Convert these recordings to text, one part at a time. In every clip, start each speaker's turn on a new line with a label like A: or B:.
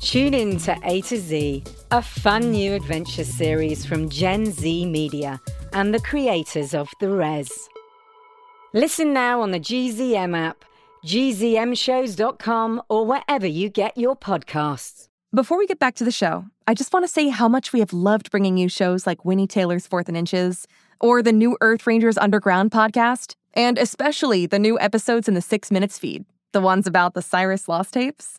A: Tune in to A to Z, a fun new adventure series from Gen Z Media and the creators of The Res. Listen now on the GZM app, gzmshows.com, or wherever you get your podcasts.
B: Before we get back to the show, I just want to say how much we have loved bringing you shows like Winnie Taylor's Fourth and Inches or the new Earth Rangers Underground podcast, and especially the new episodes in the Six Minutes feed, the ones about the Cyrus Lost tapes.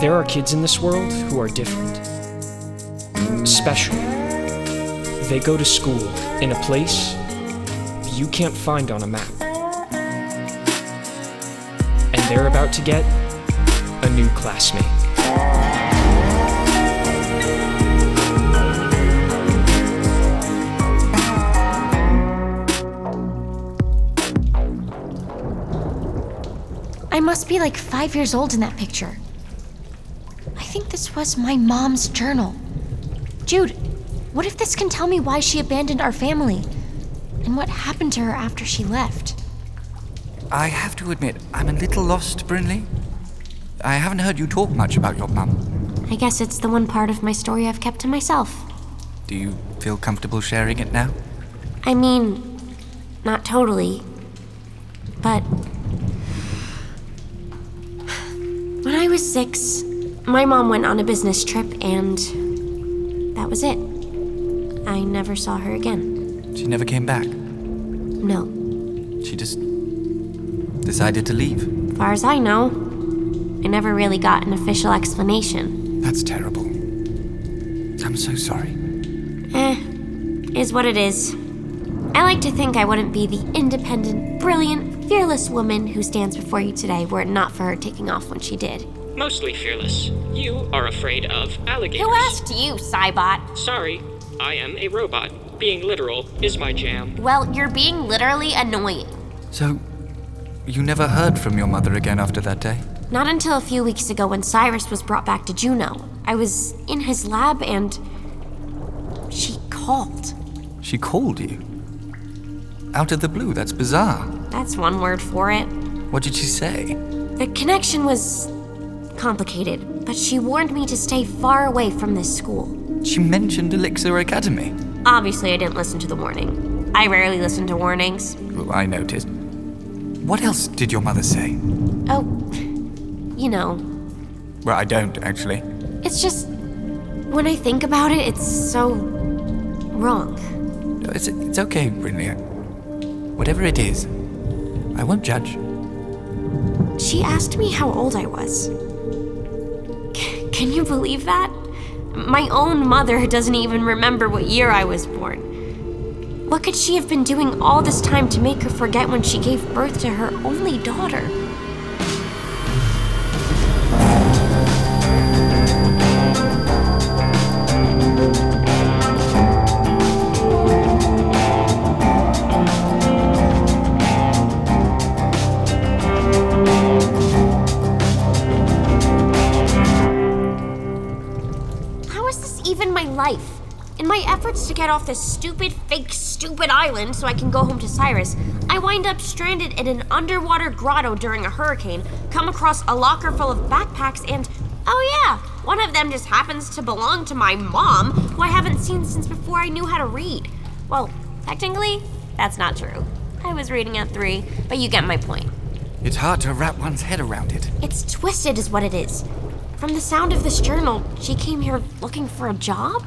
C: There are kids in this world who are different, special. They go to school in a place you can't find on a map. And they're about to get a new classmate.
D: I must be like five years old in that picture. I think this was my mom's journal. Jude, what if this can tell me why she abandoned our family and what happened to her after she left?
E: I have to admit, I'm a little lost, Brinley. I haven't heard you talk much about your mum.
D: I guess it's the one part of my story I've kept to myself.
E: Do you feel comfortable sharing it now?
D: I mean, not totally. But. When I was six, my mom went on a business trip, and that was it. I never saw her again.
E: She never came back.
D: No,
E: She just decided to leave.
D: far as I know, I never really got an official explanation.
E: That's terrible. I'm so sorry.
D: Eh, is what it is. I like to think I wouldn't be the independent, brilliant, fearless woman who stands before you today were it not for her taking off when she did.
F: Mostly fearless. You are afraid of alligators.
D: Who asked you, Cybot?
F: Sorry, I am a robot. Being literal is my jam.
D: Well, you're being literally annoying.
E: So, you never heard from your mother again after that day?
D: Not until a few weeks ago when Cyrus was brought back to Juno. I was in his lab and. she called.
E: She called you. Out of the blue, that's bizarre.
D: That's one word for it.
E: What did she say?
D: The connection was. complicated, but she warned me to stay far away from this school.
E: She mentioned Elixir Academy.
D: Obviously, I didn't listen to the warning. I rarely listen to warnings.
E: Well, I noticed. What else did your mother say?
D: Oh, you know,
E: Well, I don't, actually.
D: it's just. when I think about it, it's so. wrong.
E: No, It's, it's okay, Brinley. Whatever it is, I won't judge.
D: She asked me how old I was. C- can you believe that? My own mother doesn't even remember what year I was born. What could she have been doing all this time to make her forget when she gave birth to her only daughter? How is this even my life? In my efforts to get off this stupid, fake, stupid island so I can go home to Cyrus, I wind up stranded in an underwater grotto during a hurricane, come across a locker full of backpacks, and oh yeah, one of them just happens to belong to my mom, who I haven't seen since before I knew how to read. Well, technically, that's not true. I was reading at three, but you get my point.
E: It's hard to wrap one's head around it.
D: It's twisted, is what it is. From the sound of this journal, she came here looking for a job?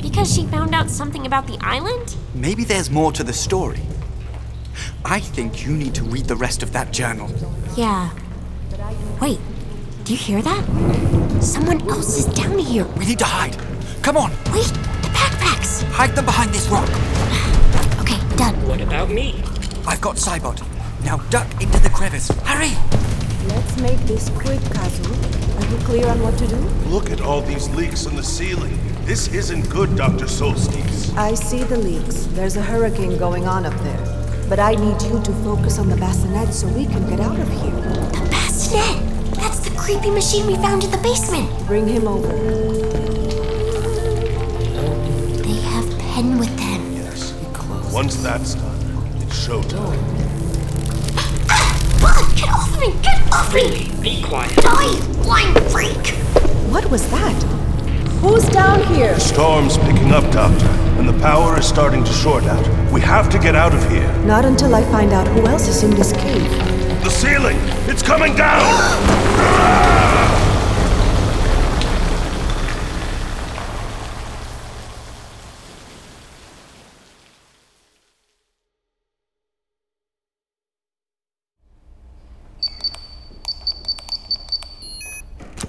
D: Because she found out something about the island?
E: Maybe there's more to the story. I think you need to read the rest of that journal.
D: Yeah. Wait, do you hear that? Someone else is down here.
E: We need to hide. Come on,
D: Wait, the backpacks!
E: hide them behind this rock.
D: Okay, done.
F: What about me?
E: I've got Cybot. Now duck into the crevice. Hurry!
G: Let's make this quick, Kazu. Are you clear on what to do?
H: Look at all these leaks in the ceiling. This isn't good, Dr. Solskis.
G: I see the leaks. There's a hurricane going on up there. But I need you to focus on the bassinet so we can get out of here.
D: The bassinet! That's the creepy machine we found in the basement.
G: Bring him over.
D: They have Pen with them.
H: Once that's done, it's showtime.
D: Ah! Get off me! Get off me!
F: Be quiet.
D: Die, you blind freak!
G: What was that? Who's down here?
H: The storm's picking up, Doctor, and the power is starting to short out. We have to get out of here.
G: Not until I find out who else is in this cave.
H: The ceiling! It's coming down!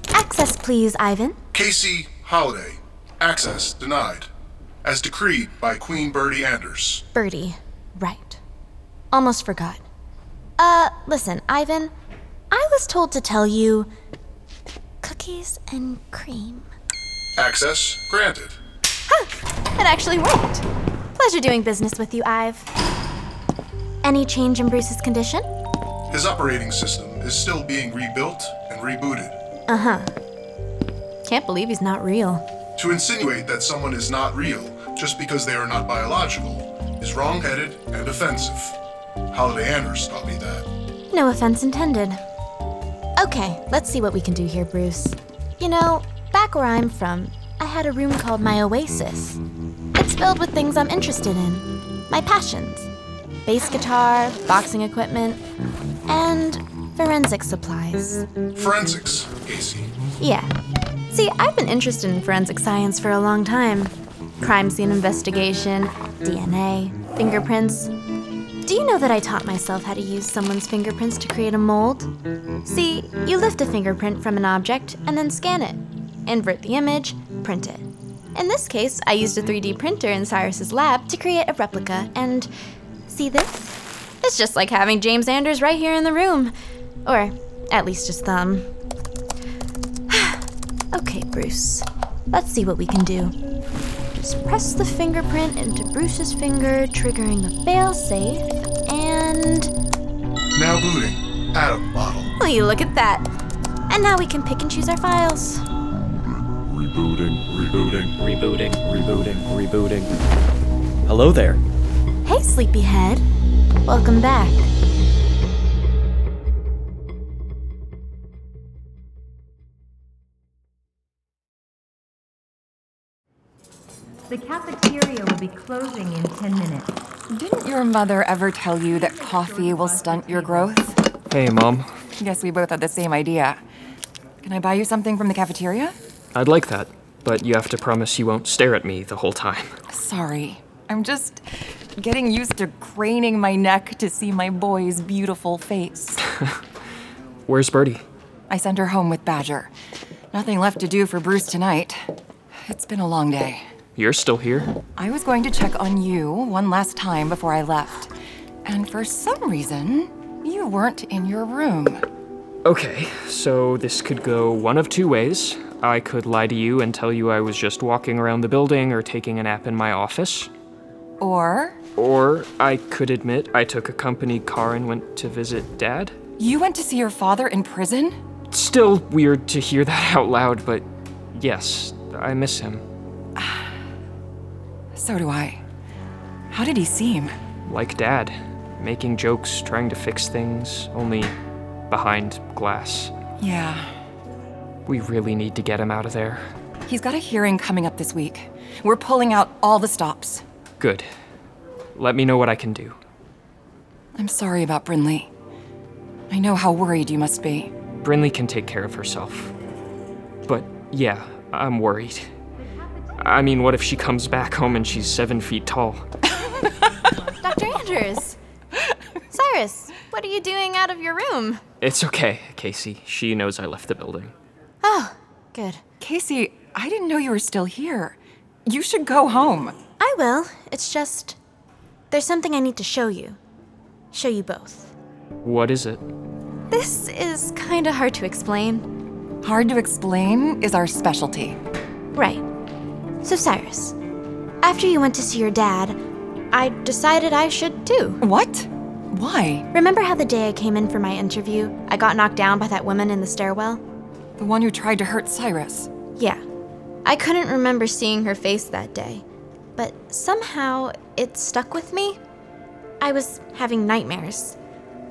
D: Access, please, Ivan.
I: Casey Holiday. Access denied. As decreed by Queen Birdie Anders.
J: Birdie. Right. Almost forgot. Uh, listen, Ivan, I was told to tell you cookies and cream.
I: Access granted.
J: It actually worked. Pleasure doing business with you, Ive. Any change in Bruce's condition?
I: His operating system is still being rebuilt and rebooted.
J: Uh huh. Can't believe he's not real.
I: To insinuate that someone is not real just because they are not biological is wrong-headed and offensive. Holiday Anders taught me that.
J: No offense intended. Okay, let's see what we can do here, Bruce. You know, back where I'm from, I had a room called my Oasis. It's filled with things I'm interested in, my passions bass guitar, boxing equipment, and forensic supplies.
I: Forensics, Casey.
J: Yeah. See, I've been interested in forensic science for a long time crime scene investigation, DNA, fingerprints. Do you know that I taught myself how to use someone's fingerprints to create a mold? See, you lift a fingerprint from an object and then scan it, invert the image, print it. In this case, I used a 3D printer in Cyrus's lab to create a replica, and see this? It's just like having James Anders right here in the room. Or at least his thumb. okay, Bruce. Let's see what we can do. Just press the fingerprint into Bruce's finger, triggering the failsafe, and.
I: Now booting. Atom model.
J: Will you look at that? And now we can pick and choose our files.
I: Rebooting. Rebooting.
K: Rebooting, rebooting, rebooting. Hello there.
J: Hey, sleepyhead. Welcome back.
L: The cafeteria will be closing in 10 minutes.
M: Didn't your mother ever tell you that coffee will stunt your growth?
C: Hey, Mom.
M: Guess we both had the same idea. Can I buy you something from the cafeteria?
C: I'd like that, but you have to promise you won't stare at me the whole time.
M: Sorry. I'm just getting used to craning my neck to see my boy's beautiful face.
C: Where's Birdie?
M: I sent her home with Badger. Nothing left to do for Bruce tonight. It's been a long day.
C: You're still here?
M: I was going to check on you one last time before I left. And for some reason, you weren't in your room.
C: Okay, so this could go one of two ways. I could lie to you and tell you I was just walking around the building or taking a nap in my office.
M: Or
C: Or I could admit I took a company car and went to visit Dad.
M: you went to see your father in prison?
C: Still weird to hear that out loud, but yes, I miss him.
M: So do I. How did he seem?
C: Like Dad, making jokes, trying to fix things, only behind glass.
M: Yeah.
C: We really need to get him out of there.
M: He's got a hearing coming up this week. We're pulling out all the stops.
C: Good. Let me know what I can do.
M: I'm sorry about Brinley. I know how worried you must be.
C: Brinley can take care of herself. But yeah, I'm worried. I mean, what if she comes back home and she's seven feet tall?
J: Dr. Andrews! Cyrus, what are you doing out of your room?
C: It's okay, Casey. She knows I left the building.
J: Oh, good.
M: Casey, I didn't know you were still here. You should go home.
J: I will. It's just. There's something I need to show you. Show you both.
C: What is it?
J: This is kinda hard to explain.
M: Hard to explain is our specialty.
J: Right. So, Cyrus, after you went to see your dad, I decided I should too.
M: What? Why?
J: Remember how the day I came in for my interview, I got knocked down by that woman in the stairwell?
M: The one who tried to hurt Cyrus.
J: Yeah. I couldn't remember seeing her face that day, but somehow it stuck with me. I was having nightmares,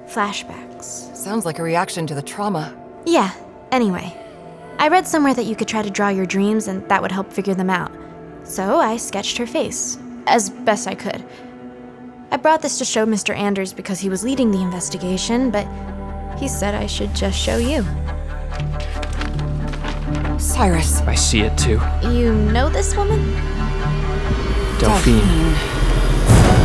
J: flashbacks.
M: Sounds like a reaction to the trauma.
J: Yeah, anyway. I read somewhere that you could try to draw your dreams and that would help figure them out. So I sketched her face, as best I could. I brought this to show Mr. Anders because he was leading the investigation, but he said I should just show you.
M: Cyrus.
C: I see it too.
J: You know this woman?
C: Delphine. Delphine.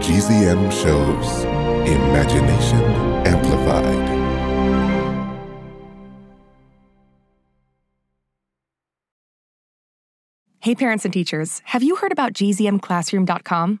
N: GZM shows Imagination Amplified.
B: Hey, parents and teachers, have you heard about gzmclassroom.com?